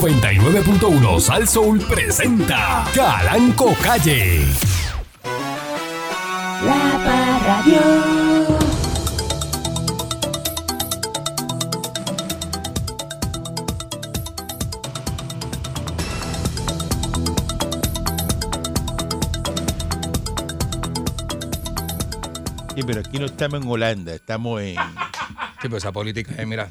99.1 Sal Soul presenta Calanco Calle. La Parradio. Sí, pero aquí no estamos en Holanda, estamos en... Sí, pero esa política, eh, mira,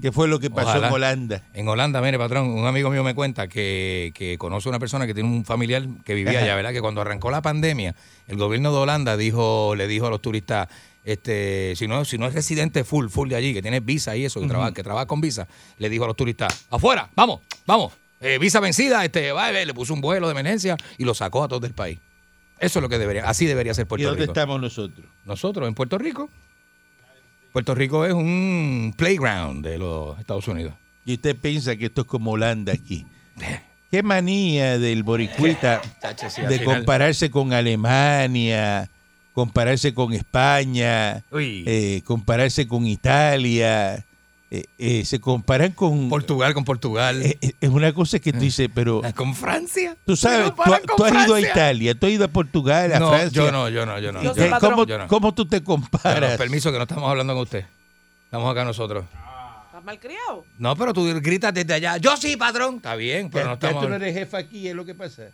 ¿Qué fue lo que pasó Ojalá. en Holanda? en Holanda, mire, patrón, un amigo mío me cuenta que, que conoce una persona que tiene un familiar que vivía Ajá. allá, ¿verdad? Que cuando arrancó la pandemia, el gobierno de Holanda dijo, le dijo a los turistas, este, si no, si no es residente full, full de allí, que tiene visa y eso, que, trabaja, que trabaja con visa, le dijo a los turistas, afuera, vamos, vamos, eh, visa vencida, este, va, eh, le puso un vuelo de emergencia y lo sacó a todos del país. Eso es lo que debería, así debería ser ¿Y Puerto dónde Rico. estamos nosotros? Nosotros en Puerto Rico. Puerto Rico es un playground de los Estados Unidos. Y usted piensa que esto es como Holanda aquí. Eh. Qué manía del boricuita Chacho, sí, Eh, al de final. compararse con Alemania, compararse con España, Uy. eh, compararse con Italia. eh, eh, se comparan con... Portugal con Portugal. eh, eh, es una cosa que tú dices, pero... con Francia. Tú sabes, Pero tú, para tú con has ido a Francia. Italia, tú has ido a Portugal, a no, Francia. Yo no, yo no, yo no. Eh, Yo, sé, patrón. ¿Cómo, Yo no. cómo tú te yo no, comparas? permiso que no estamos hablando con usted. Estamos acá nosotros. ¿Estás malcriado? No, pero tú gritas desde allá. Yo sí, patrón. Está bien, pero Ya- no ya estamos. tú no eres jefa aquí, es lo que pasa.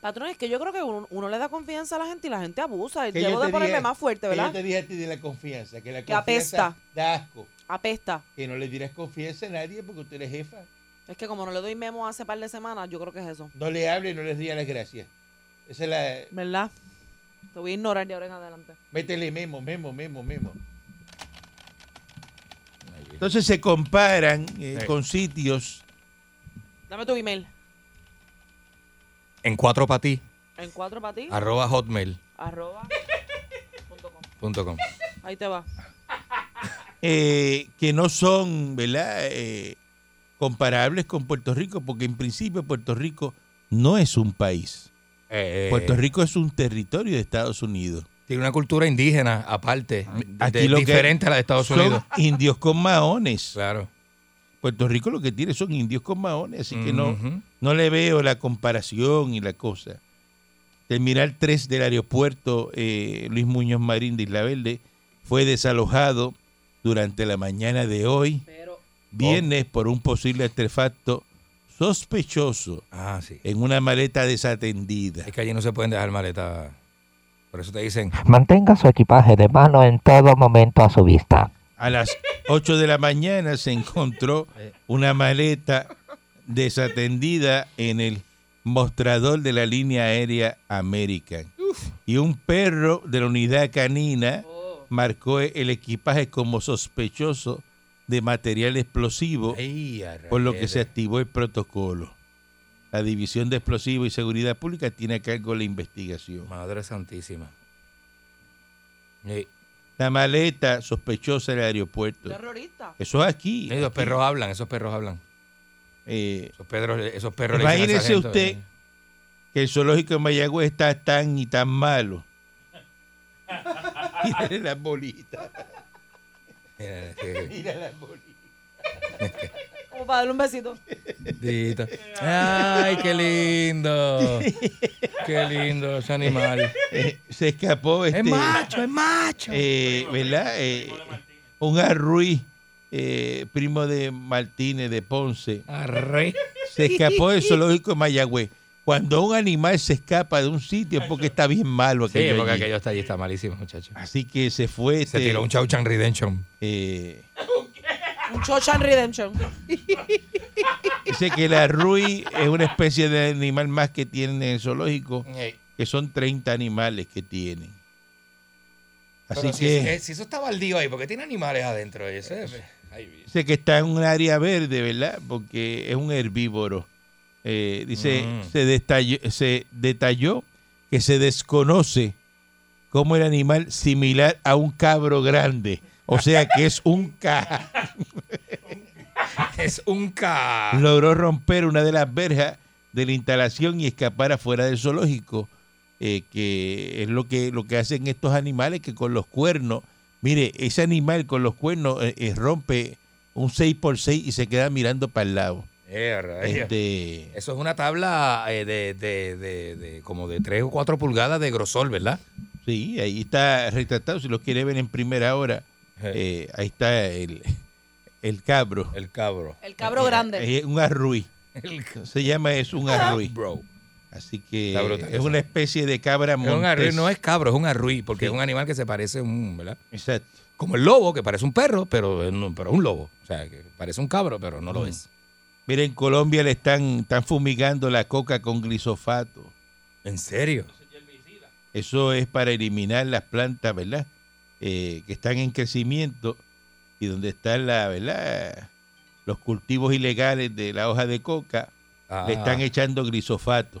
Patrón, es que yo creo que uno, uno le da confianza a la gente y la gente abusa. Que Debo yo de te ponerme dije- más fuerte, que Yo ¿verdad? te dije a ti de la confianza, que la Que confianza apesta. da asco, Apesta. que no le dirás confianza a nadie porque usted es jefa. Es que como no le doy memo hace par de semanas, yo creo que es eso. No le hable y no le diga las gracias. Esa es la... ¿Verdad? Te voy a ignorar de ahora en adelante. Métele memo, memo, memo, memo. Entonces se comparan eh, Sí. con sitios Dame tu email. En cuatro para ti, En cuatro para ti. arroba hotmail.com. Arroba. punto com. Ahí te va. eh, que no son, ¿verdad? Eh, comparables con Puerto Rico, porque en principio Puerto Rico no es un país. Eh, Puerto Rico es un territorio de Estados Unidos. Tiene una cultura indígena aparte, eh. Aquí de- lo que- diferente a la de Estados Son Unidos. indios con maones. Claro. Puerto Rico lo que tiene son indios con maones, así que no, Ujú. no le veo la comparación y la cosa. Terminal 3 del aeropuerto eh, Luis Muñoz Marín de Isla Verde fue desalojado durante la mañana de hoy, Pero. viernes, por un posible artefacto sospechoso Ah, sí. en una maleta desatendida. Es que allí no se pueden dejar maletas. Por eso te dicen, Mantenga su equipaje de mano en todo momento a su vista. A las 8 de la mañana se encontró una maleta desatendida en el mostrador de la línea aérea American. Y un perro de la unidad canina Oh. marcó el equipaje como sospechoso de material explosivo, "Ey, a por lo que se rayete". activó el protocolo. La División de Explosivos y Seguridad Pública tiene a cargo la investigación. Madre Santísima. Y, La maleta sospechosa del aeropuerto. Terrorista. Eso es aquí. los perros hablan, esos perros hablan. Eh, Esos, perros- esos perros le Imagínese dicen al sargento, usted. eh, que el zoológico de Mayagüez está tan y tan malo. Mírale las bolitas, eh, eh, mira las bolitas. Como para darle un besito. Dito. Ay, qué lindo. Qué lindo ese animal. Eh, se escapó este, Es macho, es macho. eh, ¿verdad? Eh, un arruí, eh, primo de Martínez de Ponce, Arre. se escapó del zoológico de Mayagüez. Cuando un animal se escapa de un sitio es porque está bien malo Sí, aquello porque allí. aquello está allí, está malísimo, muchacho. Así que se fue. este, Se tiró un Chow Chan Redemption. eh, Un Chochan Redemption. dice que el arruí es una especie de animal más que tienen en el zoológico. que son 30 animales que tienen. Así Pero si- que eh, Si, eso está baldío ahí, porque tiene animales adentro. Ese, Eh, Ay, bicho. dice que está en un área verde, ¿verdad? Porque es un herbívoro. Eh, dice, Mm. se, detalló, se detalló que se desconoce como el animal similar a un cabro grande. O sea que es un caja. es un ca. logró romper una de las verjas de la instalación y escapar afuera del zoológico, eh, que es lo que, lo que hacen estos animales que con los cuernos, mire, ese animal con los cuernos eh, eh, rompe un 6 por 6 y se queda mirando para el lado. Ey, Eh, rayos. Este, Eso es una tabla eh, de, de- de- de- como de 3 o 4 pulgadas de grosor, ¿verdad? sí, ahí está retratado. Si lo quiere ver en primera hora, eh, ahí está el, el cabro. El cabro. El cabro grande. Es un arruí. El Se llama es un arruí. Bro. Así que Está brutal es eso. una especie de cabra Es un arruí, montés. no es cabro, es un arruí, porque Sí. es un animal que se parece a un, ¿verdad? Exacto. Como el lobo, que parece un perro, pero, es un- pero es un lobo. O sea, que parece un cabro, pero no lo Mm. es. Mira, en Colombia le están, están fumigando la coca con glisofato. ¿En serio? Eso es para eliminar las plantas, ¿verdad? Eh, que están en crecimiento y donde están la, ¿verdad? los cultivos ilegales de la hoja de coca, Ah. le están echando glisofato.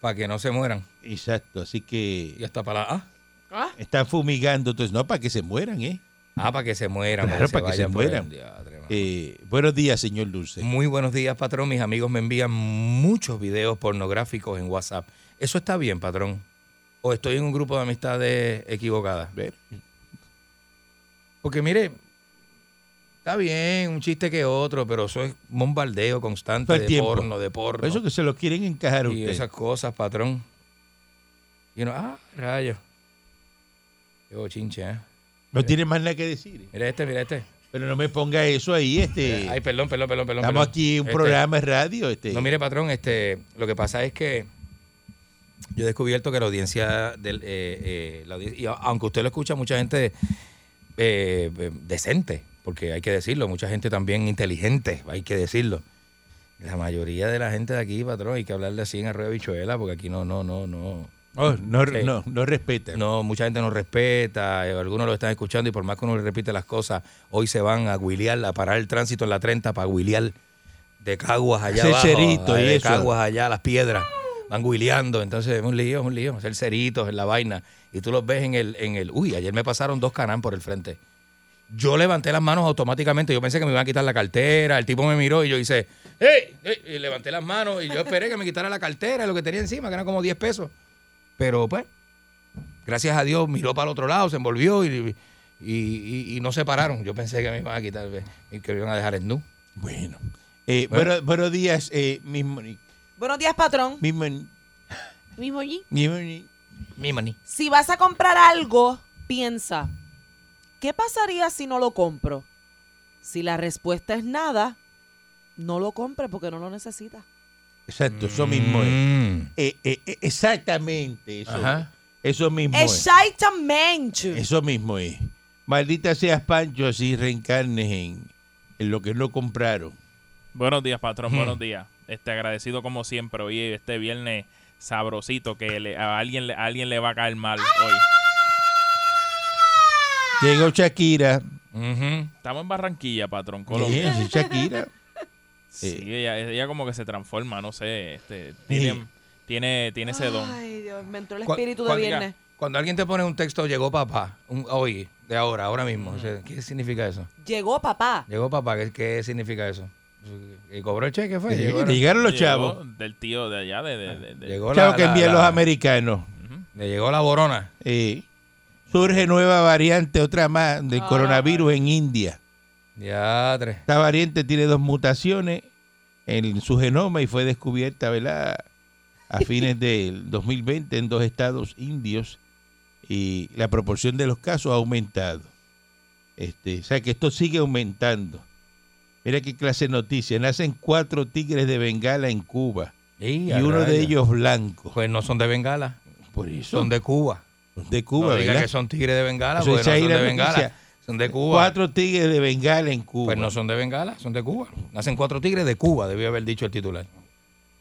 Para que no se mueran. Exacto, así Y que hasta para la... Ah, Ah, están fumigando, entonces no para que se mueran, ¿eh? Ah, para que se mueran. Claro, para que se vayan por el mueran. diadre, mano. Eh, buenos días, señor Dulce. Muy buenos días, patrón. Mis amigos me envían muchos videos pornográficos en WhatsApp. ¿Eso está bien, patrón? ¿O estoy en un grupo de amistades equivocadas? Ver, Porque mire, está bien, un chiste que otro, pero eso es bombardeo constante Todo el de tiempo. porno, de porno. por eso que se lo quieren encajar a y usted. esas cosas, patrón. Y uno, ah, rayos. Qué bochinche, ¿eh? No tiene más nada que decir. ¿eh? Mira este, mira este. Pero no me ponga eso ahí, este. Ay, perdón, perdón, perdón, perdón. Estamos perdón. aquí en un Este, programa de radio, este. No, mire, patrón, este, lo que pasa es que yo he descubierto que la audiencia, del, eh, eh, la audiencia- y a- aunque usted lo escucha, mucha gente eh, eh, decente, porque hay que decirlo, mucha gente también inteligente, hay que decirlo. La mayoría de la gente de aquí, patrón, hay que hablarle así en arroyo bichuela, porque aquí no, no, no, no. Oh, no, Sí. no, no respeta. No, mucha gente no respeta, eh, algunos lo están escuchando y por más que uno le repite las cosas, hoy se van a huilear, a parar el tránsito en la 30 para huilear de Caguas allá Hacer abajo, cerito y de eso. Caguas allá a las piedras, van huileando, entonces es un lío, es un lío, hacer ceritos en la vaina y tú los ves en el, en el, uy, ayer me pasaron dos canán por el frente. Yo levanté las manos automáticamente, yo pensé que me iban a quitar la cartera, el tipo me miró y yo hice, ¡Ey! ey", Y levanté las manos y yo esperé que me quitara la cartera y lo que tenía encima, que eran como 10 pesos. Pero pues, gracias a Dios, miró para el otro lado, se envolvió y, y- y- y no se pararon. Yo pensé que me iban a quitar, eh, que me iban a dejar en nu. Bueno. Eh, Bueno. bueno, buenos días, eh, mis moni- Buenos días, patrón. mis moni- Mismo allí. mis moni- Mi maní. Si vas a comprar algo, piensa, ¿qué pasaría si no lo compro? Si la respuesta es nada, no lo compres porque no lo necesitas. Exacto, Mm. eso mismo es. Eh, eh, eh, exactamente eso. Ajá. Eso mismo es. Exactamente. Eso mismo es. Maldita seas, Pancho, así reencarnes en, en lo que no compraron. Buenos días, patrón, Hmm. buenos días. Este agradecido como siempre hoy este viernes sabrosito que le- a alguien le- a alguien le va a caer mal hoy. Llegó Shakira. Ujú. Estamos en Barranquilla, patrón, Colombia. Bien, eh. Shakira. Sí, ella, ella como que se transforma, no sé, este tiene Sí. tiene tiene ese don. Ay, Dios, me entró el Cu- espíritu de cuando- viernes. Cuando alguien te pone un texto, llegó papá, un- hoy, de ahora, ahora mismo. o sea, ¿Qué significa eso? Llegó papá. Llegó papá, ¿qué, qué significa eso? ¿Y cobró el cheque? Fue? Lleg- Pues Llegó, la- Llegaron los Llegó chavos. del tío de allá de, de- de- de- llegó Chavos la- que la- envían la- los americanos. Le llegó la borona. Eh, surge nueva variante, otra más, del coronavirus en India. Ya, tres. Esta variante tiene dos mutaciones en su genoma y fue descubierta, ¿verdad? A fines del 2020 en dos estados indios y la proporción de los casos ha aumentado. Este, o sea que esto sigue aumentando. Mira qué clase de noticia. Nacen cuatro tigres de Bengala en Cuba y uno de ellos blanco. Pues no son de Bengala, Por eso son de Cuba. de Cuba, no diga ¿verdad? que son tigres de Bengala, Eso porque dice no ahí son la de Bengala. noticia. Son de Cuba. Cuatro tigres de Bengala en Cuba. Pues no son de Bengala, son de Cuba. Nacen cuatro tigres de Cuba, debió haber dicho el titular.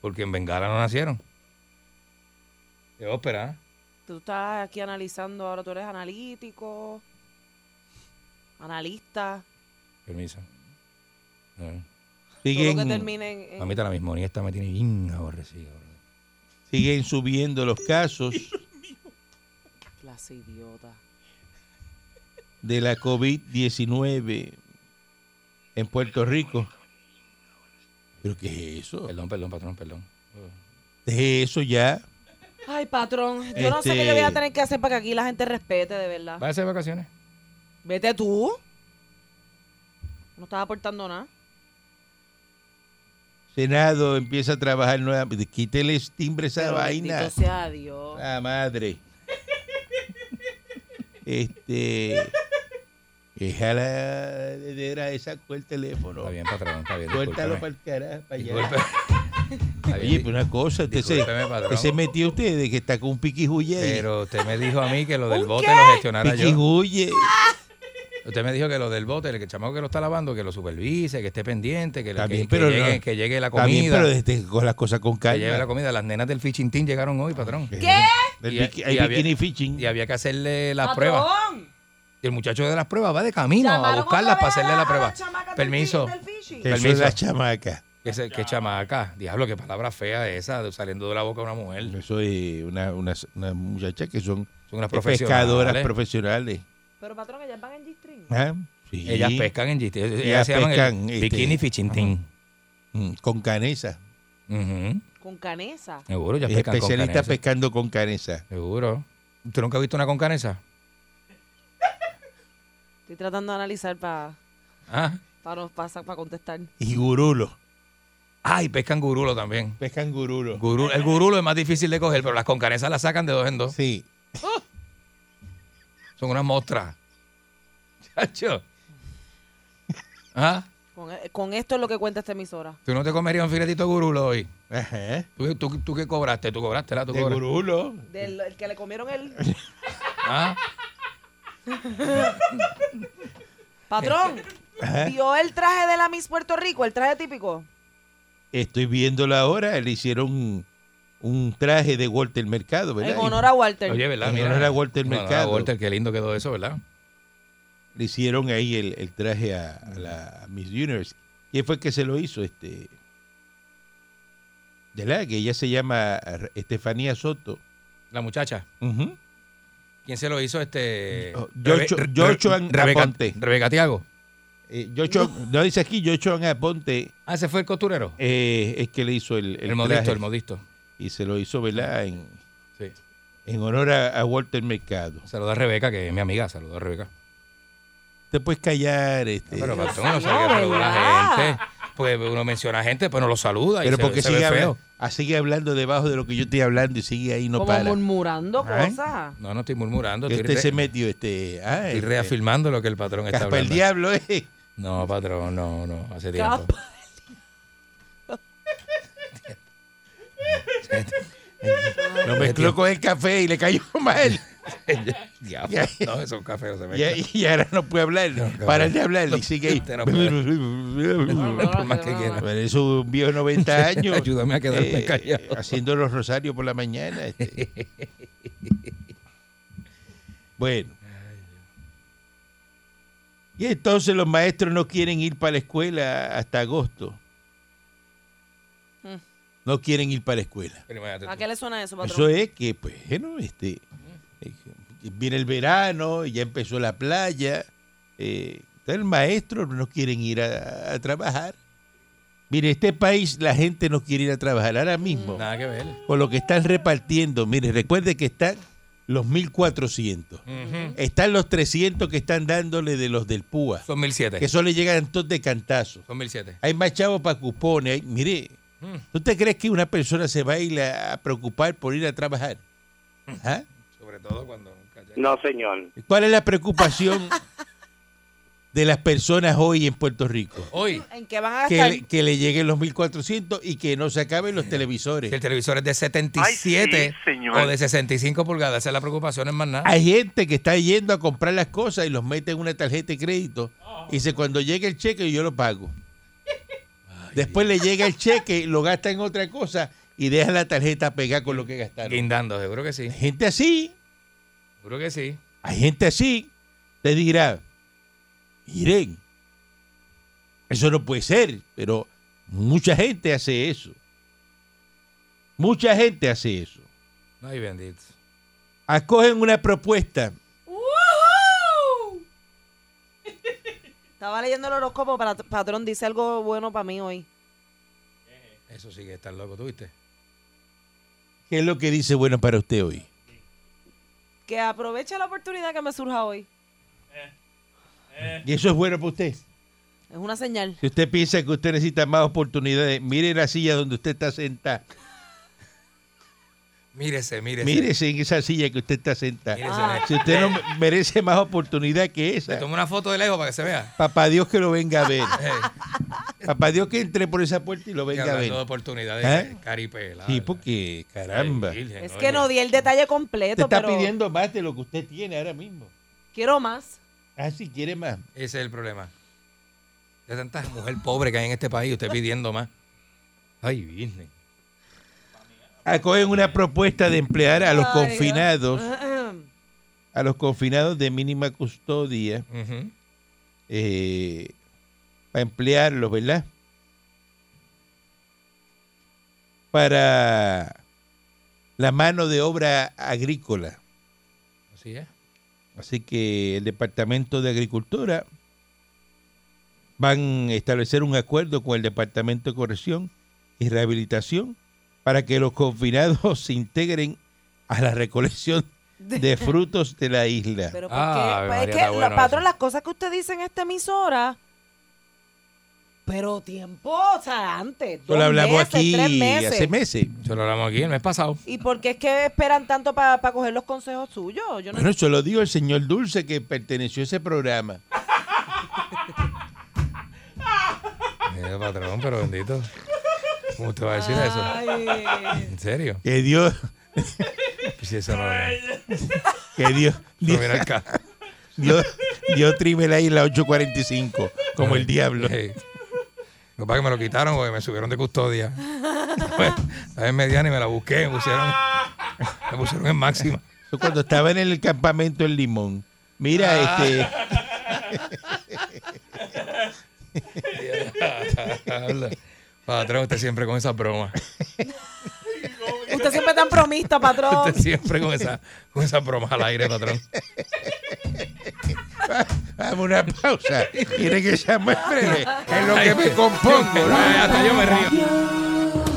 Porque en Bengala no nacieron. Qué ópera. ¿eh? Tú estás aquí analizando, ahora tú eres analítico, analista, Permiso. Eh, todo siguen, lo que termine Eh. en- en- A mí está la misma esta me tiene bien aborrecido. brother. siguen subiendo los casos. clase idiota. de la COVID-19 en Puerto Rico. ¿Pero qué es eso? Perdón, perdón, patrón, perdón. Deje eso ya. Ay, patrón, yo no sé qué yo voy a Este- tener que hacer para que aquí la gente respete, de Ah. verdad. ¿Vas a hacer vacaciones? Vete tú. No estás aportando nada. Senado empieza a trabajar nuevamente. Quítele ese timbre a esa Pero vaina. bendito sea Dios. La madre. Este. Déjala de la esa con el teléfono. Está bien, patrón, está bien. Suéltalo discúlpeme. para el carajo, para allá. Disculpe. Está bien, Oye, pero una cosa, usted se, Discúlpeme, patrón. usted se metió usted de que está con un piquijuye. ahí. Pero usted me dijo a mí que lo del ¿Un bote qué? lo gestionara yo. Piquijuye. Usted me dijo que lo del bote, el que chamaco que lo está lavando, que lo supervise, que esté pendiente, que, le- Está que- bien, que pero llegue, no- que llegue la Está bien, comida. pero desde, con las cosas con que lleve la calma. comida. Las nenas del fishing team llegaron hoy, patrón. ¿Qué? El Y- piqui- y hay había- bikini fishing. Y había que hacerle las pruebas. ¡Patrón! Y el muchacho de las pruebas va de camino a Llamaron buscarlas otra para vez a hacerle la- la a prueba. chamaca del Permiso. fi- del fishing. Eso es Permiso. la chamaca. Que, se- que chamaca. Diablo, qué palabra fea esa, de- saliendo de la boca de una mujer. Eso es una, una, una muchacha que son Son unas pescadoras profesionales. profesionales. Pero patrón, ellas van en G-String. ¿Ah? Sí. Ellas pescan en GT. Ellas, Ellas se llaman pescan, el este, bikini fishing team. Mm, Con canesa. Ujú. Con canesa. Seguro, ya Es pescan con especialista canesa. pescando con canesa. Seguro. ¿Tú nunca has visto una con canesa? Estoy tratando de analizar para Ah. para contestar. Y gurulo. Ay, pescan gurulo también. Pescan gurulo. Gurú- el gurulo es más difícil de coger, pero las con canesas las sacan de dos en dos. Sí. Son unas mostras. Chacho. ¿Ah? Con, eh, con esto es lo que cuenta esta emisora. ¿Tú no te comerías un filetito de gurulo hoy? Ajá. ¿Tú, tú, tú qué cobraste? ¿Tú cobraste? ¿la? ¿Tú De cobraste? gurulo. Del el que le comieron el ¿Ah? patrón. Ajá. ¿Vio el traje de la Miss Puerto Rico? El traje típico. Estoy viéndolo ahora. Le hicieron un, un traje de Walter Mercado, ¿verdad? En honor a Walter. Oye, ¿verdad? En Mira, honor a Walter en honor a Mercado. Walter, qué lindo quedó eso, ¿verdad? Le hicieron ahí el, el traje a, a la a Miss Universe. ¿Quién fue el que se lo hizo? Este. ¿Verdad? Que ella se llama eh, Estefanía Soto. La muchacha. Ujú. ¿Quién se lo hizo? Este. Oh, Yocho- Rebe- Yochoan Rebeca, Aponte. Rebeca Tiago. Eh, Yocho- no dice aquí, Yocho Aponte Ah, ese fue el costurero. eh, es que le hizo el, El, el modisto, traje. el modisto. y se lo hizo, ¿verdad? En, Sí. en honor a, a Walter Mercado. Saluda a Rebeca, que es mi amiga. Saluda a Rebeca. Te puedes callar, este. Pero Pero, patrón, no mío, sé qué saluda a ¿verdad? gente. Pues uno menciona a gente, pues no lo saluda. Y se- porque se sigue, ve habla- feo. ah, sigue hablando debajo de lo que yo estoy hablando y sigue ahí, no como para. murmurando Ay. cosas. No, no estoy murmurando. Que Estoy, usted re- se metió, este. Ah, estoy este, reafirmando lo que el patrón está Caspa el hablando. diablo, eh. No, patrón, no, no. Hace tiempo. Capa. Lo mezcló con el café y le cayó mal. Diablo. No, esos cafés no se me Y, y ahora no puede hablar. cabrón. para de hablar y sigue ahí. Este no puede. Por más que quiera. Pero es un viejo de 90 años. Ayúdame a quedarme eh, callado. Haciendo los rosarios por la mañana. este. Bueno. Y entonces los maestros no quieren ir para la escuela hasta agosto. Mm. No quieren ir para la escuela. Pero imagínate ¿A tú. qué le suena eso, Eso patrón? es que, pues, bueno, este, eh, viene el verano, ya empezó la playa. Eh, entonces el maestro no quieren ir a, a trabajar. Mire, este país la gente no quiere ir a trabajar ahora mismo. Nada que ver. Con lo que están repartiendo, mire, recuerde que están los 1.400. Ujú. Están los 300 que están dándole de los del PUA. Son Que 1007. eso le llegan todos de cantazo. Son 1007. Hay más chavos para cupones. Hay- Mire, Mm. ¿tú te crees que una persona se va a ir a a preocupar por ir a trabajar? ¿Ah? Mm. Sobre todo cuando nunca llega. No, señor. ¿Cuál es la preocupación de las personas hoy en Puerto Rico? Hoy, ¿En qué van a Que gastar? le, que le lleguen los 1.400 y que no se acaben los si el televisores. televisor es de 77 Ay, sí, señor. o de 65 pulgadas, esa es la preocupación, es más nada. Hay gente que está yendo a comprar las cosas y los mete en una tarjeta de crédito. Y dice, cuando llegue el cheque yo lo pago. Después le llega el cheque, lo gasta en otra cosa y deja la tarjeta pegada con lo que gastaron. Guindando, seguro que sí. Hay gente así. Seguro que sí. Hay gente así, te dirá, miren, eso no puede ser, pero mucha gente hace eso. Mucha gente hace eso. Ay, bendito. Acogen una propuesta, ¡Woohoo! Estaba leyendo el horóscopo, para- patrón dice algo bueno para mí hoy. Eso sí que estás loco, ¿tuviste? que es lo que dice bueno para usted hoy. Que aproveche la oportunidad que me surja hoy. Y eso es bueno para usted. Es una señal. Si usted piensa que usted necesita más oportunidades, mire la silla donde usted está sentado. Mírese, mírese. Mírese en esa silla que usted está sentado. Mírese, Si usted no merece más oportunidad que esa, Le tomo una foto de lejos para que se vea. papá Dios que lo venga a ver. Papá Dios que entre por esa puerta y lo Y venga a ver. hablando de oportunidades, ¿Eh? caripela. Sí, porque, caramba. Ay, virgen, Es oye. que no di el detalle Te completo, está pero pidiendo más de lo que usted tiene ahora mismo. quiero más. Ah, si quiere más. Ese es el problema. De tanta mujer pobre que hay en este país, usted pidiendo más. Ay, Virgen. Acogen una propuesta de emplear a los Ay, Dios. confinados, a los confinados de mínima custodia, Ujú. eh, para emplearlos, ¿verdad? Para la mano de obra agrícola. Así es. Así que el Departamento de Agricultura van a establecer un acuerdo con el Departamento de Corrección y Rehabilitación para que los confinados se integren a la recolección de frutos de la isla. Pero ¿por Ah, qué? Ave Pues María, es está que, bueno la- patrón, eso. las cosas que usted dice en esta emisora. Pero tiempo, o sea, antes. Esto lo dos hablamos meses, aquí tres meses. hace meses. Eso lo hablamos aquí el mes pasado. ¿Y por qué es que esperan tanto para coger los consejos suyos? Yo no Bueno, eso lo dijo el señor Dulce que perteneció a ese programa. Mira, patrón, pero bendito. ¿Cómo usted va a decir eso? Ay. ¿En serio? Que Dios, Pues sí, eso no es. que Dios, No Dios, viene al caso. Dios, Dios tribe la isla 845 como el diablo. Ey. Lo que pasa es que me lo quitaron porque me subieron de custodia. Pues, Estaba en mediana y me la busqué. Me pusieron, me pusieron en máxima. Yo cuando estaba en el campamento en Limón, mira, este, Habla. Patrón, usted siempre con esas bromas. Usted siempre es tan promista, patrón. Usted siempre con esa, con esas bromas al aire, patrón. vamos a una pausa. Tiene que llamar breve. Es lo que me compongo. Hasta yo me río.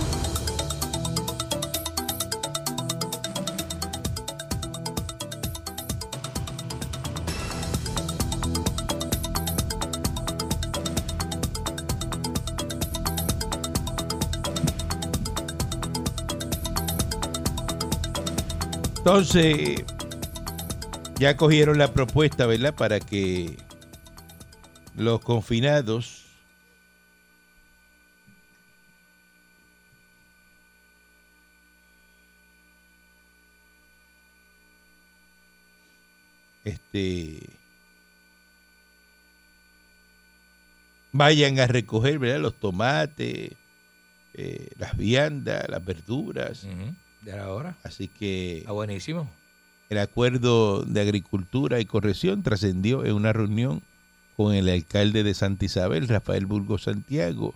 Entonces, ya cogieron la propuesta, ¿verdad? Para que los confinados este vayan a recoger, ¿verdad? Los tomates, eh, las viandas, las Mm. verduras. ¿De ahora? Así que Está Ah, buenísimo. el acuerdo de agricultura y corrección trascendió en una reunión con el alcalde de Santa Isabel, Rafael Burgos Santiago,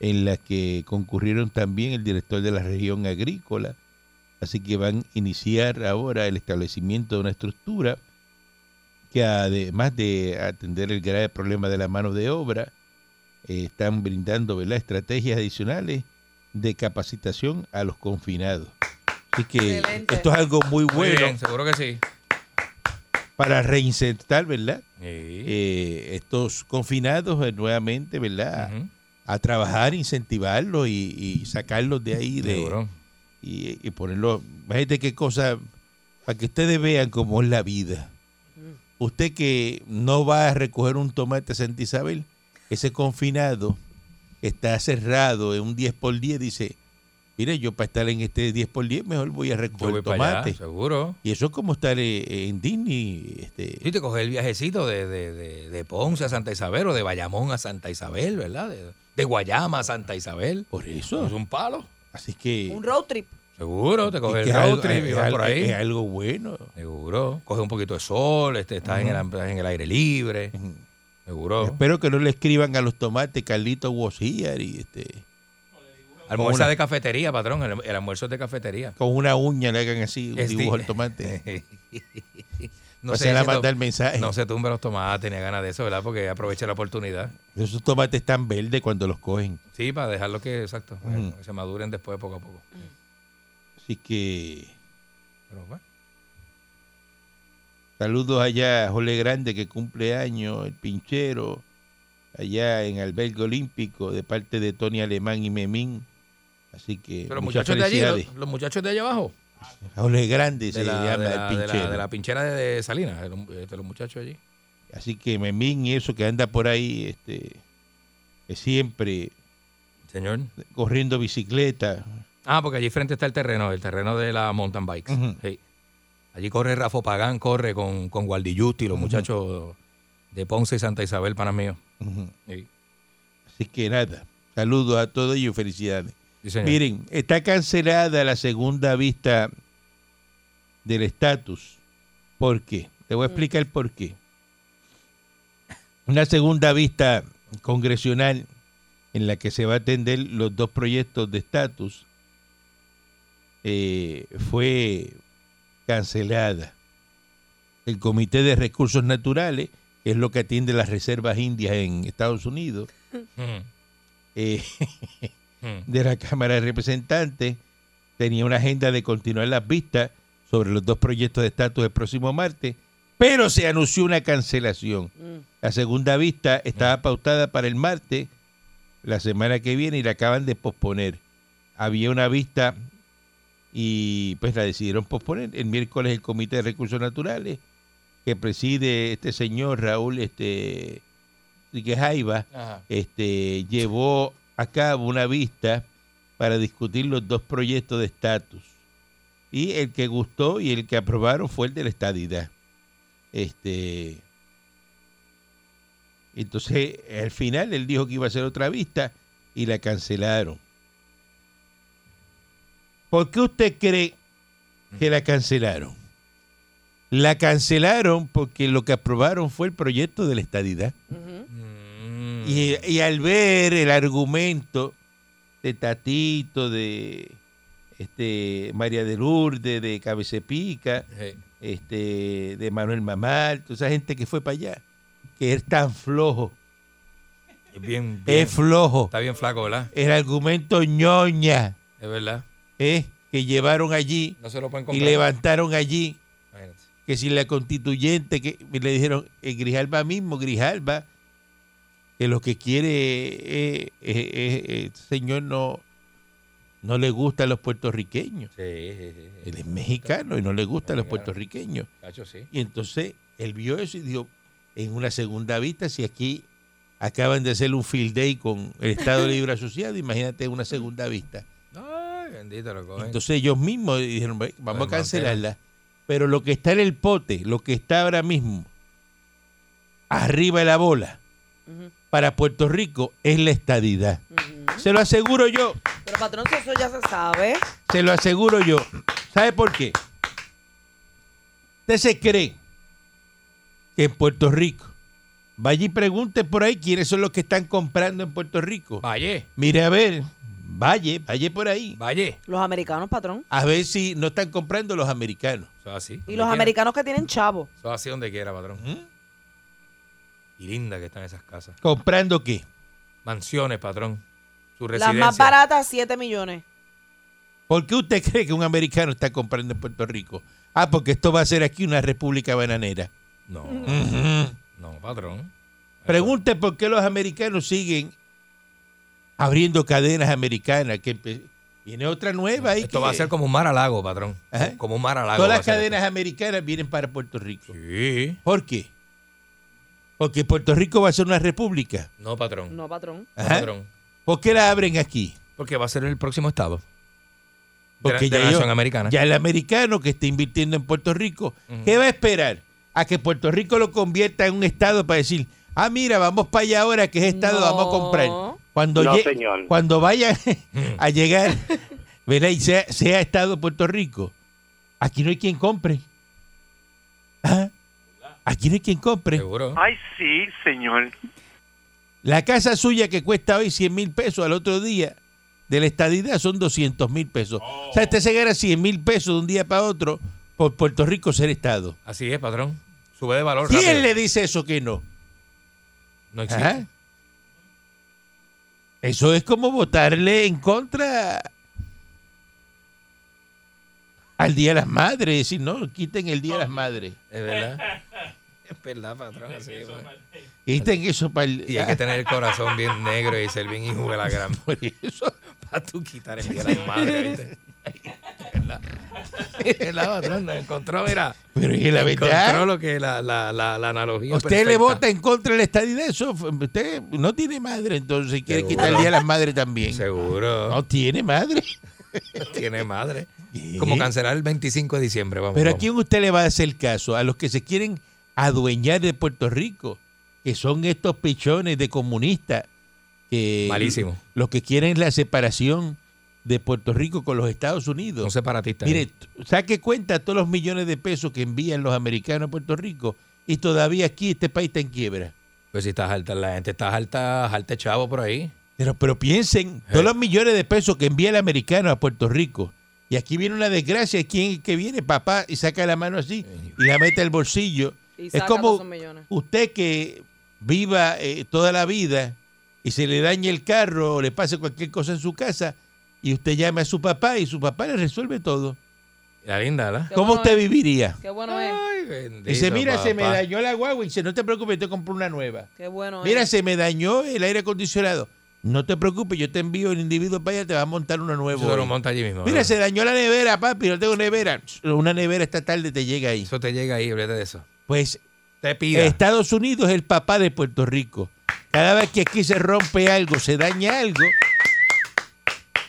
en la que concurrieron también el director de la región agrícola. Así que van a iniciar ahora el establecimiento de una estructura que además de atender el grave problema de la mano de obra, eh, están brindando ¿verdad? estrategias adicionales de capacitación a los confinados. Así que Excelente. esto es algo muy Muy bueno bien, seguro que sí. para reinsertar, ¿verdad? Eh, estos confinados eh, nuevamente, ¿verdad? Ujú. A trabajar, incentivarlos y, y sacarlos de ahí de, Seguro. y, y ponerlos. Imagínate qué cosa, para que ustedes vean cómo es la vida. Usted que no va a recoger un tomate a Santa Isabel, ese confinado que está cerrado en un 10 por 10 dice, mire, yo para estar en este 10 por 10 mejor voy a Yo recoger voy para allá, tomate. seguro. Y eso es como estar eh, en Disney. Este, Sí, te coges el viajecito de, de, de, de Ponce a Santa Isabel o de Bayamón a Santa Isabel, ¿verdad? De, de Guayama a Santa Isabel. Por Es eso. un palo. Así que. Un road trip. Seguro, te y que coges es el road algo- trip y eh, es vas algo- por ahí. es algo bueno. Seguro. Coge un poquito de sol, este, estás en, el, estás en el aire libre. Seguro. Espero que no le escriban a los tomates Carlito Wozziar y este Almuerza una- de cafetería, patrón. El, el almuerzo es de cafetería. con una uña le hagan así un Es dibujo di- al tomate. No Pues se la si to- manda el mensaje. No se tumba los tomates ni ganas de eso, ¿verdad? Porque aprovecha la oportunidad. Esos tomates están verdes cuando los cogen. Sí, para dejarlo que, exacto, Ujú. que se maduren después poco a poco. Así que Pero, bueno, saludos allá a Jole Grande que cumple años, el pinchero, allá en Albergue Olímpico de parte de Tony Alemán y Memín. Así que Pero los muchas muchachos de allí, felicidades. los, los muchachos de allá abajo. Ole Grande se de, le la, llama de, el la, de, pinchero. la, de la pinchera de, de Salinas, de los, de los muchachos allí. Así que Memín y eso que anda por ahí este que siempre Señor. corriendo bicicleta. Ah, porque allí frente está el terreno, el terreno de la mountain bikes. Ujú. Sí. Allí corre Rafa Pagán, corre con, con Guardilluti, los muchachos de Ponce y Santa Isabel, para mío. Ujú. Sí. Así que nada, saludos a todos ellos y felicidades. Sí, señor. Miren, está cancelada la segunda vista del estatus. ¿Por qué? Te voy a explicar por qué. Una segunda vista congresional en la que se va a atender los dos proyectos de estatus eh, fue cancelada. El Comité de Recursos Naturales, que es lo que atiende las reservas indias en Estados Unidos, Ujú. eh, Ujú. de la Cámara de Representantes tenía una agenda de continuar las vistas sobre los dos proyectos de estatus el próximo martes, pero se anunció una cancelación. Mm. La segunda vista estaba pautada para el martes, la semana que viene, y la acaban de posponer. Había una vista y pues la decidieron posponer. El miércoles el Comité de Recursos Naturales, que preside este señor Raúl este, que Jaiba, Ajá. este, llevó a cabo una vista para discutir los dos proyectos de estatus. Y el que gustó y el que aprobaron fue el de la estadidad. Este, entonces, al final él dijo que iba a hacer otra vista y la cancelaron. ¿Por qué usted cree que la cancelaron? La cancelaron porque lo que aprobaron fue el proyecto de la estadidad. Ujú. Mm. Y, y al ver el argumento de Tatito, de este María de Lourdes, de Cabecepica, Sí. este, de Manuel Mamal, toda esa gente que fue para allá, que es tan flojo, Es bien, bien. es flojo, Está bien flaco, ¿verdad? el argumento ñoña Es verdad. eh, que llevaron allí No se lo pueden y comprar. levantaron allí, Imagínate. que si la constituyente, que y le dijeron, eh, Grijalba mismo, Grijalba, que lo que quiere eh, eh, eh, eh, este señor no, no le gusta a los puertorriqueños. Sí, sí, sí, sí. Él es mexicano y no le gusta a los puertorriqueños. Cacho, sí. Y entonces él vio eso y dijo, en una segunda vista, si aquí acaban de hacer un field day con el Estado Libre Asociado, imagínate una segunda vista. Ay, bendito lo cogen. Entonces ellos mismos dijeron, "Ve, vamos a Pues, cancelarla. Pero lo que está en el pote, lo que está ahora mismo, arriba de la bola, Ujú. para Puerto Rico, es la estadidad. Ujú. Se lo aseguro yo, Pero patrón, si eso ya se sabe. se lo aseguro yo. ¿Sabe por qué? Usted se cree que en Puerto Rico, vaya y pregunte por ahí quiénes son los que están comprando en Puerto Rico. Valle, Mire a ver, vaya, vaya por ahí. Valle. Los americanos, patrón. A ver si no están comprando los americanos. Eso es así. donde Y los quiera. americanos que tienen chavo. Eso es así donde quiera, patrón. ¿Mm? Y linda que están esas casas. ¿Comprando qué? Mansiones, patrón. Su Las residencia. más baratas, 7 millones. ¿Por qué usted cree que un americano está comprando en Puerto Rico? Ah, porque esto va a ser aquí una república bananera. No, Ujú. no, patrón. Pregunte por qué los americanos siguen abriendo cadenas americanas. Que empe- viene otra nueva. ahí Esto que- va a ser como un mar al lago, patrón. Ajá. Como un mar al lago. Todas va a las ser cadenas americanas vienen para Puerto Rico. esto. Sí. ¿Por qué? Porque Puerto Rico va a ser una república. No, patrón. No, No, patrón. Ajá. patrón. ¿Por qué la abren aquí? Porque va a ser el próximo estado. Porque de, la ya, yo- nación americana. ya el americano que está invirtiendo en Puerto Rico, Ujú. ¿qué va a esperar? A que Puerto Rico lo convierta en un estado para decir, ah, mira, vamos para allá ahora que es estado, vamos a comprar. No. Cuando, No, lle- señor. cuando vaya Mm. a llegar, ¿verdad? Y sea, sea estado Puerto Rico, aquí no hay quien compre. Ah, Aquí no hay quien compre. Seguro. Ay, sí, señor. La casa suya que cuesta hoy 100 mil pesos al otro día de la estadidad son 200 mil pesos. O sea, usted se gana 100 mil pesos de un día para otro por Puerto Rico ser Estado. Así es, patrón. Sube de valor. ¿Quién rápido. le dice eso que no? No existe. Ajá. Eso es como votarle en contra al Día de las Madres. Decir, no, quiten el Día de las Madres. Es verdad. Es verdad, patrón. así, pues. Y ten eso para el... Ah, Y hay que tener el corazón bien negro y ser bien hijo de la gran. Por eso. Para tú quitar el día de las madres, ¿viste? Es verdad, patrón. Lo encontró, mira. Pero es que la Encontró verdad... lo que la, la, la, la analogía. Usted le perfecta. vota en contra del estadio de eso. Usted no tiene madre, entonces quiere Seguro. quitarle a las madres también. Seguro. No tiene madre. Tiene madre. ¿Qué? Como cancelar el 25 de diciembre, vamos. Pero ¿a vamos. quién usted le va a hacer caso? ¿A los que se quieren adueñar de Puerto Rico? Que son estos pichones de comunistas. que- Malísimo. Los que quieren la separación de Puerto Rico con los Estados Unidos. Un separatista. Mire, t- saque cuenta todos los millones de pesos que envían los americanos a Puerto Rico y todavía aquí este país está en quiebra. Pues si estás alta, la gente está alta, alta chavo por ahí. Pero, pero piensen, todos los millones de pesos que envía el americano a Puerto Rico. Y aquí viene una desgracia, ¿quién que viene? Papá, y saca la mano así y la mete al bolsillo. Y es saca como todos esos millones. usted que viva eh, toda la vida y se le dañe el carro o le pase cualquier cosa en su casa y usted llama a su papá y su papá le resuelve todo. La linda, ¿verdad? Qué ¿Cómo bueno eh. usted es. viviría? Qué bueno es. Ay, bendito, Dice, mira, se me papá. dañó la guagua. Y dice, no te preocupes, te compro una nueva. Qué bueno Mira, es. se me dañó el aire acondicionado. No te preocupes, yo te envío el individuo para allá, te va a montar uno Eso nuevo. se lo monta allí mismo. Mira, ¿verdad? se dañó la nevera, papi, no tengo nevera. Una nevera esta tarde te llega ahí. Eso te llega ahí, olvídate de eso. Pues Te pida. Estados Unidos es el papá de Puerto Rico. Cada vez que aquí se rompe algo, se daña algo,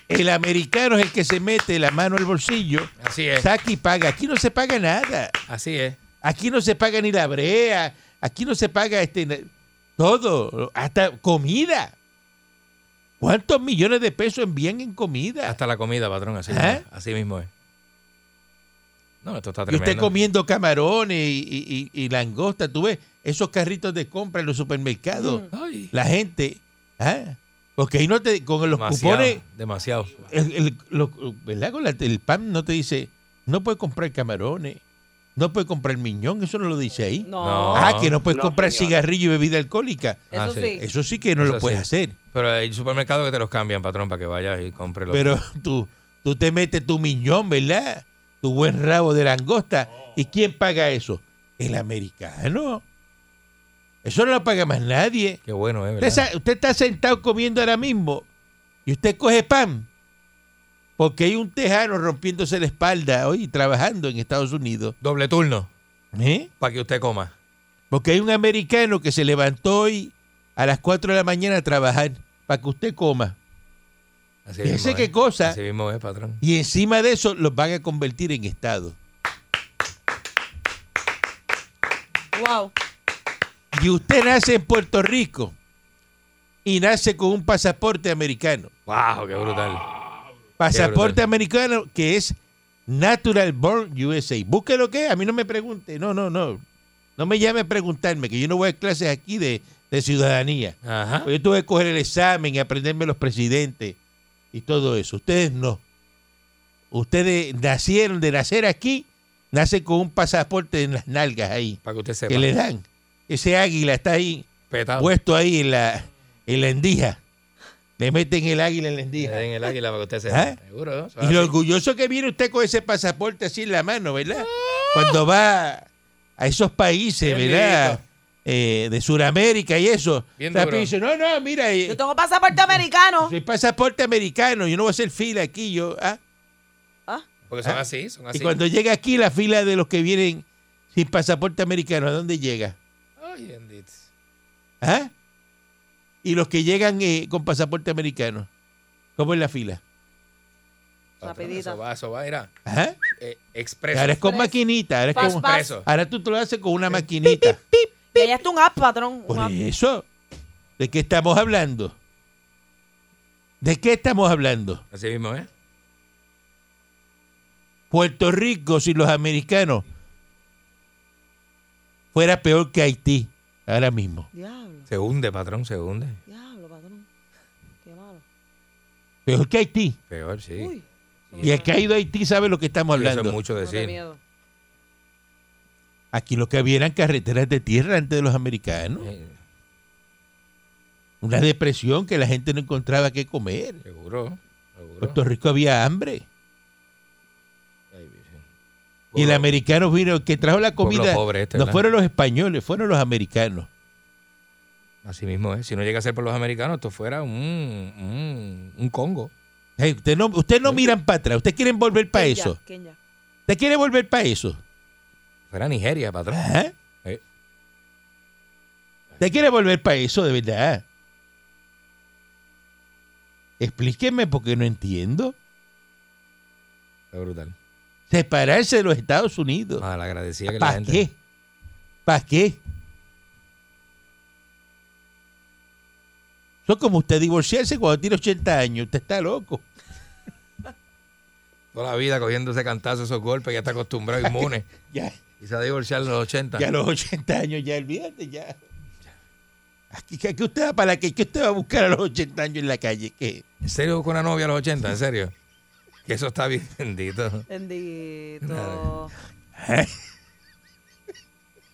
el americano es el que se mete la mano al bolsillo, Así es. saca y paga. Aquí no se paga nada. Así es. Aquí no se paga ni la brea, aquí no se paga este na- todo, hasta comida. ¿Cuántos millones de pesos envían en comida? Hasta la comida, patrón. Así, ¿Ah? mismo. así mismo es. No, esto está y tremendo. usted comiendo camarones y, y- y- y langosta, tú ves esos carritos de compra en los supermercados, Ay. la gente, ¿ah? porque ahí no te, con los Demasiado, cupones, demasiado. el, el- los- ¿verdad? Con la- el PAM no te dice, no puedes comprar camarones, no puedes comprar miñón, eso no lo dice ahí. No. No. Ah, que no puedes No, comprar señor. cigarrillo y bebida alcohólica. Eso Ah, sí. sí. Eso sí que no Eso lo puedes sí. hacer. Pero hay supermercados que te los cambian, patrón, para que vayas y compres los. Pero tú, tú te metes tu miñón, ¿verdad? Tu buen rabo de langosta. ¿Y quién paga eso? El americano. Eso no lo paga más nadie. Qué bueno, ¿eh? Usted, ¿verdad? sa- usted está sentado comiendo ahora mismo y usted coge pan. Porque hay un tejano rompiéndose la espalda hoy trabajando en Estados Unidos. Doble turno ¿Eh? para que usted coma. Porque hay un americano que se levantó hoy a las 4 de la mañana a trabajar para que usted coma. Así Fíjese mismo qué es. cosa. Así mismo es, patrón. Y encima de eso los van a convertir en Estado. Wow. Y usted nace en Puerto Rico y nace con un pasaporte americano. ¡Wow! ¡Qué brutal! Pasaporte brutal. americano que es Natural Born USA. Busque lo que es, a mí no me pregunte. No, no, no. No me llame a preguntarme, que yo no voy a clases aquí de, de ciudadanía. Ajá. Yo tuve que coger el examen y aprenderme los presidentes y todo eso. Ustedes no. Ustedes nacieron de nacer aquí, nacen con un pasaporte en las nalgas ahí, Para que Ah. usted sepa. que le dan. Ese águila está ahí Petado. puesto ahí en la, en la endija. Le meten el águila en la Le endija. den el águila para que usted sepa. ¿Ah? Seguro, ¿no? Eso es Y lo así. orgulloso que viene usted con ese pasaporte así en la mano, ¿verdad? Cuando va a esos países, Bien ¿verdad? lindo. Eh, de Sudamérica y eso. Bien Rápido duro. dice, no, no, mira, eh, Yo tengo pasaporte americano. soy pasaporte americano, yo no voy a hacer fila aquí. yo ah. Ah, Porque son ¿Ah? así, son así. Y cuando llega aquí la fila de los que vienen sin pasaporte americano, ¿a dónde llega? Ay, bendito. ¿Ah? Y los que llegan eh, con pasaporte americano, ¿cómo es la fila? Patrón, Rapidita. Eso va, eso va, mira. Ajá. Eh, Que expreso. Ahora es con Express. maquinita. Ahora, es Fast con- pass. Expreso. ahora tú te lo haces con una maquinita. y allá está un app, patrón. Un Por app. eso, ¿de qué estamos hablando? ¿De qué estamos hablando? Así mismo, ¿eh? Puerto Rico, si los americanos fuera peor que Haití ahora mismo. Diablo, Se hunde, patrón, se hunde. diablo, patrón. Qué malo. Peor que Haití. Peor, sí. Uy. Y el que ha ido a Haití sabe lo que estamos Y Eso es hablando. mucho No te decir. miedo. Aquí lo que había eran carreteras de tierra antes de los americanos. Eh, Una depresión que la gente no encontraba qué comer. seguro, seguro. Puerto Rico había hambre. Ay, Virgen. Y el americano vino, el que trajo la Pueblo comida. pobre este, no ¿verdad? fueron los españoles, fueron los americanos. Así mismo es. Si no llega a ser por los americanos, esto fuera un, un, un Congo. Hey, Eh, usted no, usted Pues no miran para atrás, ustedes quieren volver para Kenya, eso. Kenya. ¿Usted quiere volver para eso? Fuera Nigeria, para atrás. Ajá. Eh. ¿Usted quiere volver para eso, de verdad? Explíqueme porque no entiendo. Está brutal. Separarse de los Estados Unidos. Ah, la agradecida que la ¿Para gente. qué? ¿Para qué? Eso es como usted divorciarse cuando tiene 80 años. Usted está loco. Toda la vida cogiéndose cantazos, esos golpes, ya está acostumbrado, inmune. Ya, y se ha divorciado a los 80. ya a los 80 años, ya olvídate, ya. Aquí, que- que usted va para la que, que usted va a buscar a los 80 años en la calle? ¿Qué? ¿En serio con una novia a los 80? ¿En serio? Que eso está bien bendito. Bendito.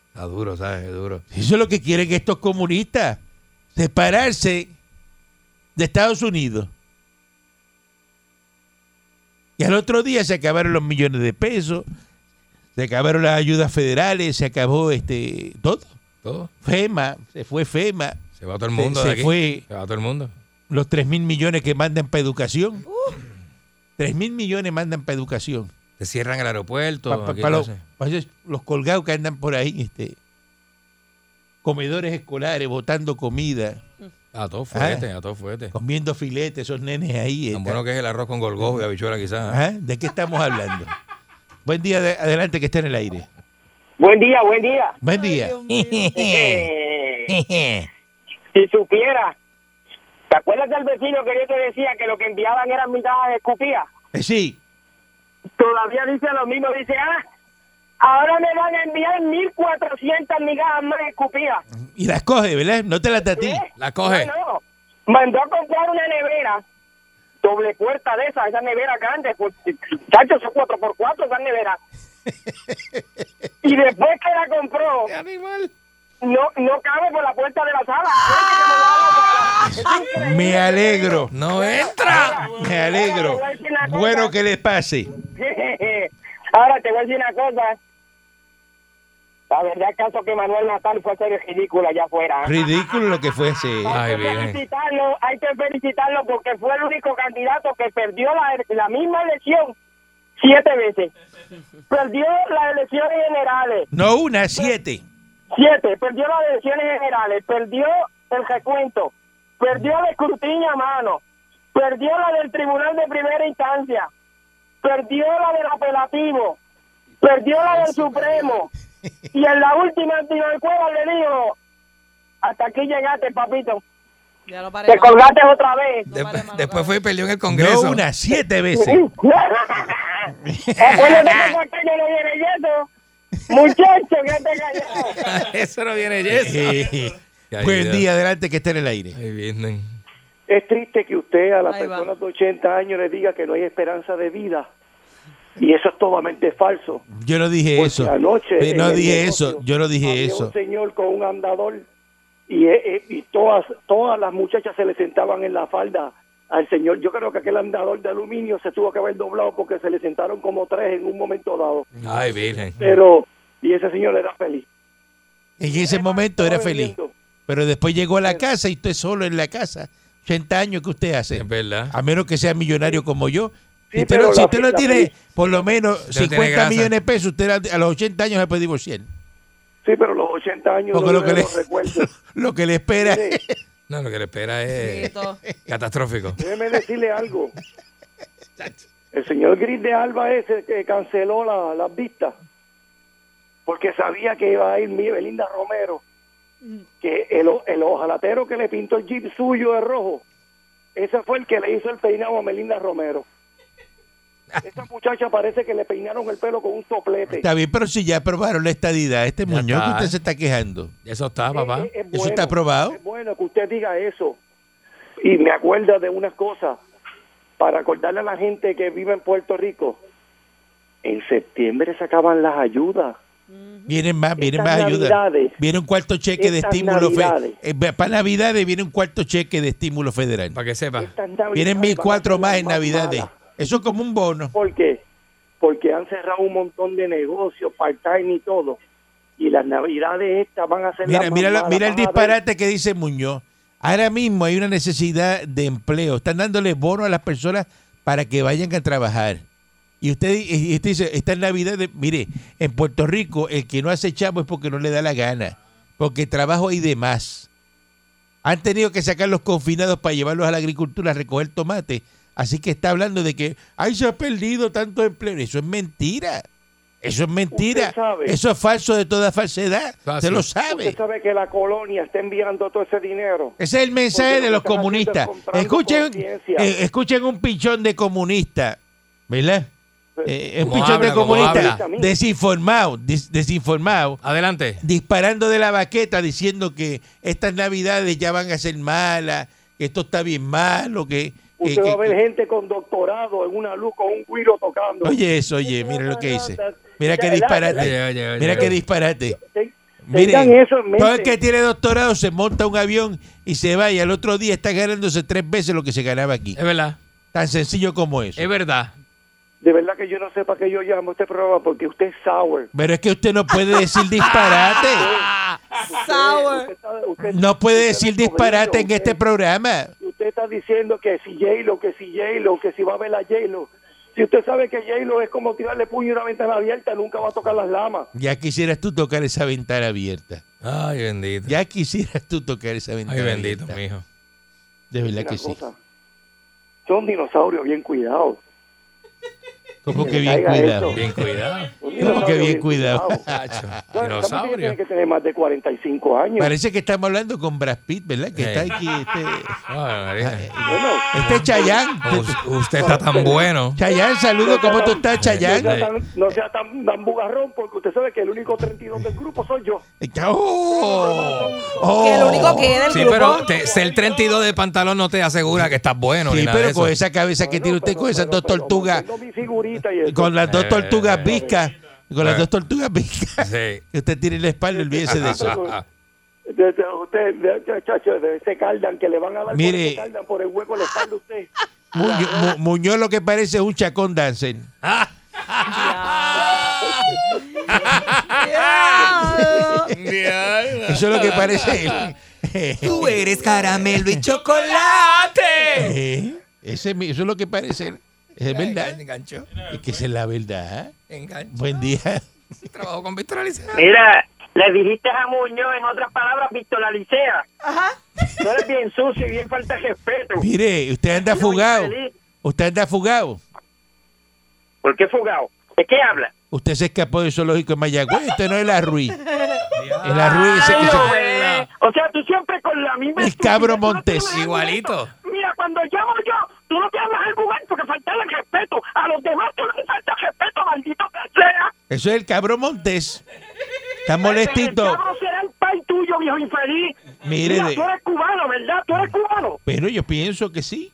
Está duro, ¿sabes? Es duro. Eso es lo que quieren estos comunistas. Separarse de Estados Unidos. Y al otro día se acabaron los millones de pesos, se acabaron las ayudas federales, se acabó este todo. Todo. FEMA, se fue FEMA, Se va todo el Se- mundo de se aquí. fue. Se va todo el mundo. los 3 mil millones que mandan para educación. 3 mil millones mandan para educación. Se cierran el aeropuerto. Pa- pa- aquí pa- no los, sé. pa- esos- los colgados que andan por ahí, este, comedores escolares, botando comida. A todo Ah, eh. fuerte, a todo fuerte. comiendo filetes, esos nenes ahí. Tan eh, bueno que es el arroz con gorgojo y habichuela quizás. ¿Ah? ¿De qué estamos hablando? Buen día, de- adelante que está en el aire. Buen día, buen día. Buen día. Eh, si supiera, ¿te acuerdas del vecino que yo te decía que lo que enviaban eran migajas de escupía? Eh, Sí, Todavía dice lo mismo, dice, ah, ahora me van a enviar 1.400 migajas más de escupía. y las coge, ¿verdad? No te las da a ti. ¿Eh? La coge. No, no. Mandó a comprar una nevera doble puerta de esa, esa nevera grande, pues, chacho, son 4x4 esa nevera. y después que la compró, no, no cabe por la puerta de la sala. Es que como la- es Me increíble. alegro, ¡No entra! me alegro. Bueno que les pase. Ahora te voy a decir una cosa. La verdad, el caso que Manuel Natal fue serio ridículo allá afuera. ¿eh? Ridículo lo que fue ese. Ay, hay que bien. felicitarlo, hay que felicitarlo porque fue el único candidato que perdió la, la misma elección siete veces. Perdió las elecciones generales, No una, siete. siete, perdió las elecciones generales, perdió el recuento, perdió el escrutinio a mano, perdió la del tribunal de primera instancia, perdió la del apelativo, perdió la del supremo, y en la última anticuela le dijo, hasta aquí llegaste, papito. Ya lo paré. Te colgaste otra vez. Después- vale, mano, después fue y perdió en el No Congreso. una, siete veces. Acuérdate que por acá yo no viene yeso. Muchacho, que te callado. Eso no viene Jess. Eh, Ay, buen Dios. día, adelante que está en el aire. Ahí vienen. Es triste que usted a las Ahí va. personas de 80 años le diga que no hay esperanza de vida. Y eso es totalmente falso. Yo no dije Porque eso. anoche ah, Eh, No en el dije negocio eso, yo no dije había eso. un señor con un andador y, eh, eh, y todas, todas las muchachas se le sentaban en la falda al señor. Yo creo que aquel andador de aluminio se tuvo que haber doblado porque se le sentaron como tres en un momento dado. Ay, Virgen. Pero, y ese señor era feliz. En ese momento era Estaba feliz. bebiendo. Pero después llegó a la casa y usted solo en la casa. 80 años que usted hace. Es verdad. A menos que sea millonario como yo. Sí, si usted, pero no, si la usted no fila- tiene por lo menos no tiene 50 grasa. millones de pesos, usted a a los 80 años le puede divorciar. Sí, pero los 80 años Porque no lo que, le le, los recuerdos. lo que le espera Mire, es... No, lo que le espera es Bendito. catastrófico. Déjeme decirle algo. El señor Gris de Alba ese que canceló la- las vistas porque sabía que iba a ir mi Belinda Romero, que el, o- el ojalatero que le pintó el jeep suyo de rojo, ese fue el que le hizo el peinado a Melinda Romero. Esta muchacha parece que le peinaron el pelo con un soplete. Está bien, pero si ya aprobaron la estadidad, este Ya Muñoz que está. usted se está quejando. Eso está, papá. Eh, eh, es ¿Eso está aprobado? Es bueno que usted diga eso. Y me acuerda de unas cosas para acordarle a la gente que vive en Puerto Rico. En septiembre sacaban las ayudas. Vienen más, vienen Estas más ayudas. Navidades. Viene un cuarto cheque de Estas estímulo Navidades. federal. para Navidades viene un cuarto cheque de estímulo federal. Para que sepa. Estas Navidades Vienen van a ser 1.004 más las en Navidades. malas. Eso es como un bono. ¿Por qué? porque han cerrado un montón de negocios, part-time y todo. Y las navidades estas van a ser Mira, las mira, la- más mira el malas. disparate que dice Muñoz. Ahora mismo hay una necesidad de empleo. Están dándole bono a las personas para que vayan a trabajar. Y usted, y- y usted dice, esta es Navidad, de- mire, en Puerto Rico el que no hace chavo es porque no le da la gana, porque trabajo hay de más. Han tenido que sacar los confinados para llevarlos a la agricultura a recoger tomate. Así que está hablando de que, ay, se ha perdido tanto empleo. Eso es mentira. Eso es mentira. Usted sabe. Eso es falso de toda falsedad. Ah, Se sí. lo sabe. Usted sabe que la colonia está enviando todo ese dinero. Ese es el mensaje Porque lo de los que están comunistas. haciendo es comprando Escuchen, conciencia. eh, escuchen un pinchón de comunista, ¿verdad? Eh, un ¿Cómo pinchón habla, de cómo comunista habla? desinformado, dis- desinformado, Adelante. disparando de la baqueta diciendo que estas navidades ya van a ser malas, que esto está bien malo, que... que- Usted va a Eh, que- ver gente con doctorado en una luz con un guiro tocando. Oye eso, oye, mira lo que dice. Mira qué disparate, mira qué disparate. Ten- Mire, tengan eso en mente. todo el que tiene doctorado se monta un avión y se va y al otro día está ganándose tres veces lo que se ganaba aquí. Es verdad, Tan sencillo como eso. es verdad. De verdad que yo no sé para qué yo llamo a este programa porque usted es sour. Pero es que usted no puede decir disparate. Usted Sour. está- Ah, usted- No puede usted decir está disparate en comiendo, este usted- programa. Usted está diciendo que si J-Lo, que si J-Lo, que si va a ver a J-Lo. Si usted sabe que J-Lo es como tirarle puño a una ventana abierta, nunca va a tocar las lamas. Ya quisieras tú tocar esa ventana abierta. Ay, bendito. Ya quisieras tú tocar esa ventana Ay, bendito, abierta. mijo. De verdad Una que sí. cosa, Son dinosaurios bien cuidados. Como que Que bien caiga cuidado. esto. Bien cuidado. Son Como que dinosaurios bien cuidado. Tacho, Claro, esta mujer dinosaurio. tiene que tener más de 45 años. Parece que estamos hablando con Brad Pitt, ¿verdad? Que Sí. está aquí este, Ay, María. Bueno, este Chayán. Us- usted está tan bueno. Chayán, saludo, ¿cómo tú estás, no sea Chayán? tan, no sea tan- tan bugarrón porque usted sabe que el único 32 del grupo soy yo. ¡Oh! ¡Oh! Que lo único que era el Sí, grupo. pero te- ser 32 de pantalón no te asegura que estás bueno. ni Sí, nada de pero eso. con esa cabeza que tiene Bueno, usted, pero- con esas pero- dos pero tortugas, Tengo mi figurita y eso. con las dos tortugas viscas, con las Eh. dos tortugas viscas Sí. que usted tiene en la espalda, olvídese de eso. De, de- usted, de, chacho, de ese cardan que le van a dar Mire. por, ese cardan por el hueco en la espalda a usted. Muño- Mu- Muñoz lo que parece es un chacón dancer. Diablo. Eso es lo que parece él. Eh. Tú eres caramelo y chocolate. Eh, ese es mi- eso es lo que parece él. Es verdad. Enganchó. Es que esa es la verdad. Enganchó. Buen día. Trabajo con Víctor Alicia. Mira, le dijiste a Muñoz, en otras palabras, Víctor Alicea. Ajá. Tú eres bien sucio y bien falta de respeto. Mire, usted anda fugado. Usted anda fugado. ¿Por qué fugado? ¿De qué habla? Usted se escapó del zoológico de Mayagüez. Usted no es la Ruiz. Es la Ruiz ese que se- O sea, tú siempre con la misma. Ah. El estupidez, cabro tú no Montes. tienes Igualito. argumento. Mira, cuando llamo yo, tú no te hablas al lugar porque faltarle el respeto. A los demás tú no le faltas respeto, maldito sea. Eso es el cabrón Montes. Está molestito. El cabro será el pai tuyo, viejo infeliz. Mire, Mira, de- tú eres cubano, ¿verdad? Tú eres cubano. Pero yo pienso que sí.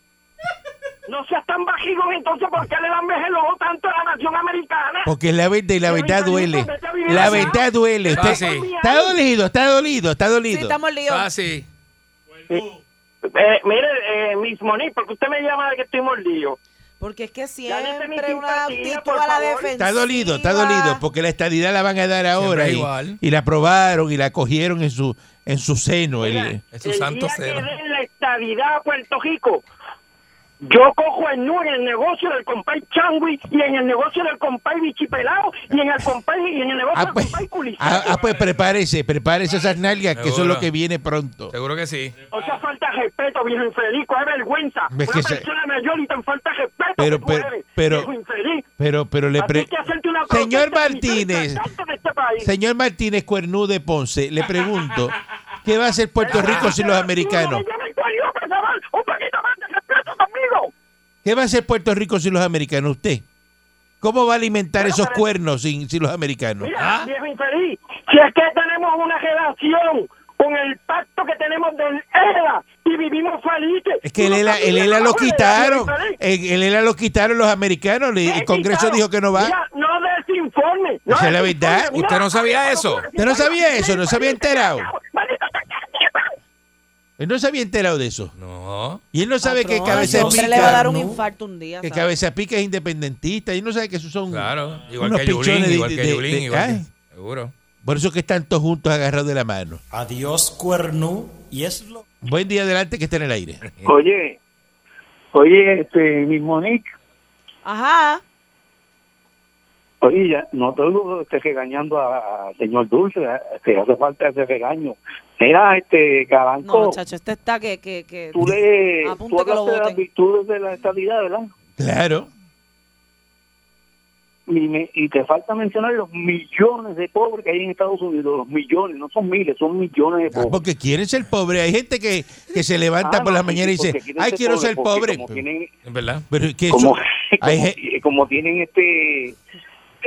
No seas tan bajigón, entonces, ¿por qué le dan vez el ojo tanto a la nación americana? Porque es la verdad y la verdad duele. La verdad duele. Usted- Ah, sí. está dolido, está dolido, está Sí, dolido. estamos líos. Ah, sí. Eh, mire, eh, Miss Monique, ¿por qué usted me llama de que estoy mordido? Porque es que Ya no siempre tenés una simpatía, actitud por a la favor. defensa. Está dolido, está dolido. Porque la estadidad la van a dar ahora. Siempre Y, igual. y la aprobaron y la cogieron en su, en su seno. el- Es su el santo día cero. que den la estabilidad a Puerto Rico, yo cojo el NU en el negocio del compay Changui y en el negocio del compay Bichipelao y en el compay y en el negocio ah, del pues, compay Culisaco. ah, ah, pues prepárese, prepárese esas nalgas, que eso es Seguro. lo que viene pronto. Seguro que sí. O sea, falta de respeto, viejo infeliz, es vergüenza. Ves Una que se- persona mayor y tan falta de respeto Pero, que tú pero, eres, pero- viejo infeliz. Pero, pero le Así pre- que hacerte una Señor protesta militar y Martínez. sacarte de este país. Señor Martínez Cuernú de Ponce, le pregunto, ¿qué va a hacer Puerto Rico sin los americanos? Yo me cuelgo, por favor, Un poquito más de respeto conmigo. ¿Qué va a hacer Puerto Rico sin los americanos? ¿Usted? ¿Cómo va a alimentar Bueno, esos para- cuernos sin, sin los americanos? Mira, ¿Ah? viejo infeliz, si es que tenemos una relación con el pacto que tenemos del ELA y vivimos felices. Es que el Tú no ELA, sabes el ni ELA la lo madre, quitaron. viejo infeliz. El, el ELA lo quitaron los americanos. le- El ¿Qué Congreso quitaron? dijo que no va. Mira, no desinforme. no Esa es la desinforme, verdad. mira. ¿Usted no sabía eso? ¿Usted no sabía eso? ¿No se había enterado? Maldito, te- te- te- te- Él no se había enterado de eso. No, No. Y él no sabe que Patrón, cabeza Ah, ese hombre le va a pica, dar un ¿no? infarto un día. que ¿sabes? cabeza pica es independentista. Y él no sabe que esos son. Claro. Igual Unos que Yulín, pichones de- igual de- que de- Yulín, de- igual ay. que. Seguro. Por eso que están todos juntos agarrados de la mano. Adiós, cuerno. Y es lo. Buen día adelante que está en el aire. Oye, oye, este, mi Monique, Ajá. oye, ya, no te lo estés regañando a, a señor Dulce, a- te hace falta ese regaño. Mira, este, Caranco, No, chacho, este está que... que, que... tú le, Apunta tú que lo hablaste de las voten. virtudes de la estabilidad, ¿verdad? Claro. Y, me- y te falta mencionar los millones de pobres que hay en Estados Unidos, los millones, no son miles, son millones de Ah, pobres. porque quieren ser pobre. Hay gente que, que se levanta Ah, por la no, mañana y porque dice, quieren ay, quiero ser pobre. pobres, porque Como tienen, Es verdad. Pero es que eso- como, hay como- gen- como tienen este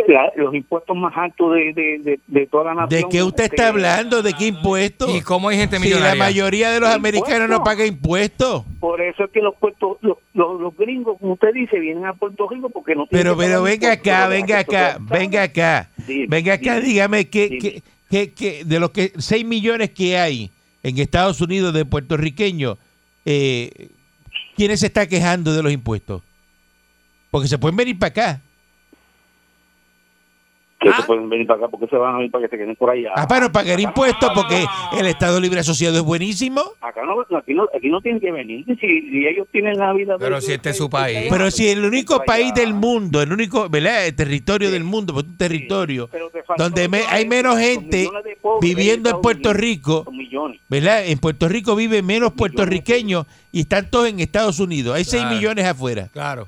la- los impuestos más altos de, de, de, de toda la nación. ¿de qué usted este, está hablando? ¿De qué impuestos? ¿Y cómo hay gente Si la millonaria? mayoría de los americanos no ¿Impuestos? paga impuestos. Por eso es que los, puertos, los, los, los gringos, como usted dice, vienen a Puerto Rico porque no tienen Pero, que pero pagar venga impuestos, acá, pero venga que se acá, lo venga acá. Dime, Venga acá, dime, dígame que, dime. que, que- que de los que 6 millones que hay en Estados Unidos de puertorriqueños, eh, ¿quiénes se está quejando de los impuestos? Porque se pueden venir para acá. Que Ah. se pueden venir para acá porque se van a venir para que se queden por allá. Ah, para no pagar impuestos porque el Estado Libre Asociado es buenísimo. Acá no, aquí no, aquí no tienen que venir. Si, si ellos tienen la vida. de Pero ellos, si este es su ellos- país. Pero si el único Para país allá. del mundo, el único ¿verdad? El territorio del mundo, porque es un territorio Pero te faltó donde me- hay millones, menos los gente millones de pobres que hay viviendo en Estados Puerto Unidos, Rico, son millones. ¿verdad? En Puerto Rico viven menos puertorriqueños y están todos en Estados Unidos. Hay 6 Claro. millones afuera. Claro.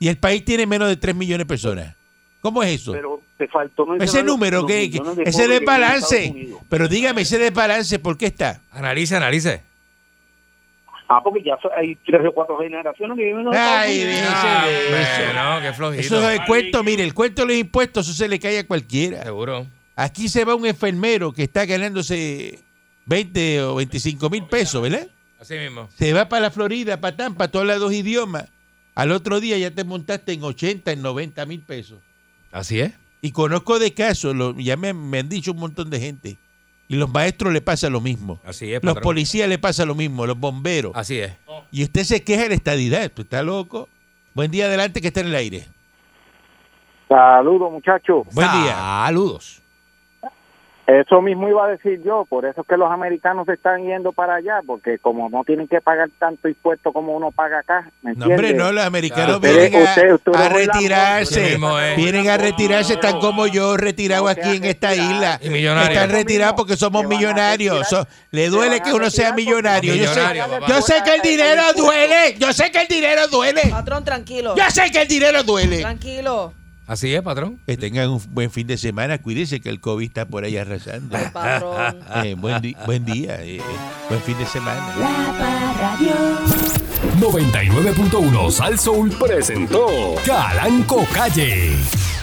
Y el país tiene menos de 3 millones de personas. ¿Cómo es eso? Pero te faltó ese mencionar los- número, los que, que- millones de ese pobres que hay en Estados desbalance. Unidos. Pero dígame, ese desbalance, ¿por qué está? Analice, analice. Ah, porque ya so- hay tres o cuatro generaciones que viven en Estados Ay, Unidos. Dios. Ah, eso. bueno, qué flojito. Eso es el cuento, mire, el cuento de los impuestos, eso se le cae a cualquiera. Seguro. Aquí se va un enfermero que está ganándose 20 o 25 mil pesos, ¿verdad? Así mismo. Se va para la Florida, para Tampa, tú hablas dos idiomas. Al otro día ya te montaste en 80, en 90 mil pesos. Así es. Y conozco de casos, lo- ya me, me han dicho un montón de gente. Y los maestros le pasa lo mismo. Así es. Los Ah, patrón. Ah. policías le pasa lo mismo, los bomberos. Así es. Y usted se queja de la estadidad. ¿Tú estás loco? Buen día adelante que está en el aire. Saludos, muchachos. Buen día. Saludos. Eso mismo iba a decir yo, por eso es que los americanos se están yendo para allá, porque como no tienen que pagar tanto impuesto como uno paga acá, ¿me No, entiendes? hombre, no, los americanos Claro, vienen a, usted- usted a no es Así retirarse. mismo es. Vienen a retirarse, están como yo, retirado No, aquí en esta isla. Y millonarios. Están retirados Lo mismo. porque somos Se van a millonarios. retirar. So- le duele van que a uno sea retirar porque millonario. son Yo sé, millonarios, papá. yo sé que el dinero duele. Yo sé que el dinero duele. Patrón, tranquilo. Yo sé que el dinero duele. Tranquilo. Así es, patrón. Que tengan un buen fin de semana. Cuídense que el COVID está por ahí arrasando. Ay, patrón. Eh, buen, di- buen día. eh, eh, buen fin de semana. 99.1 Sal Soul presentó Calanco Calle.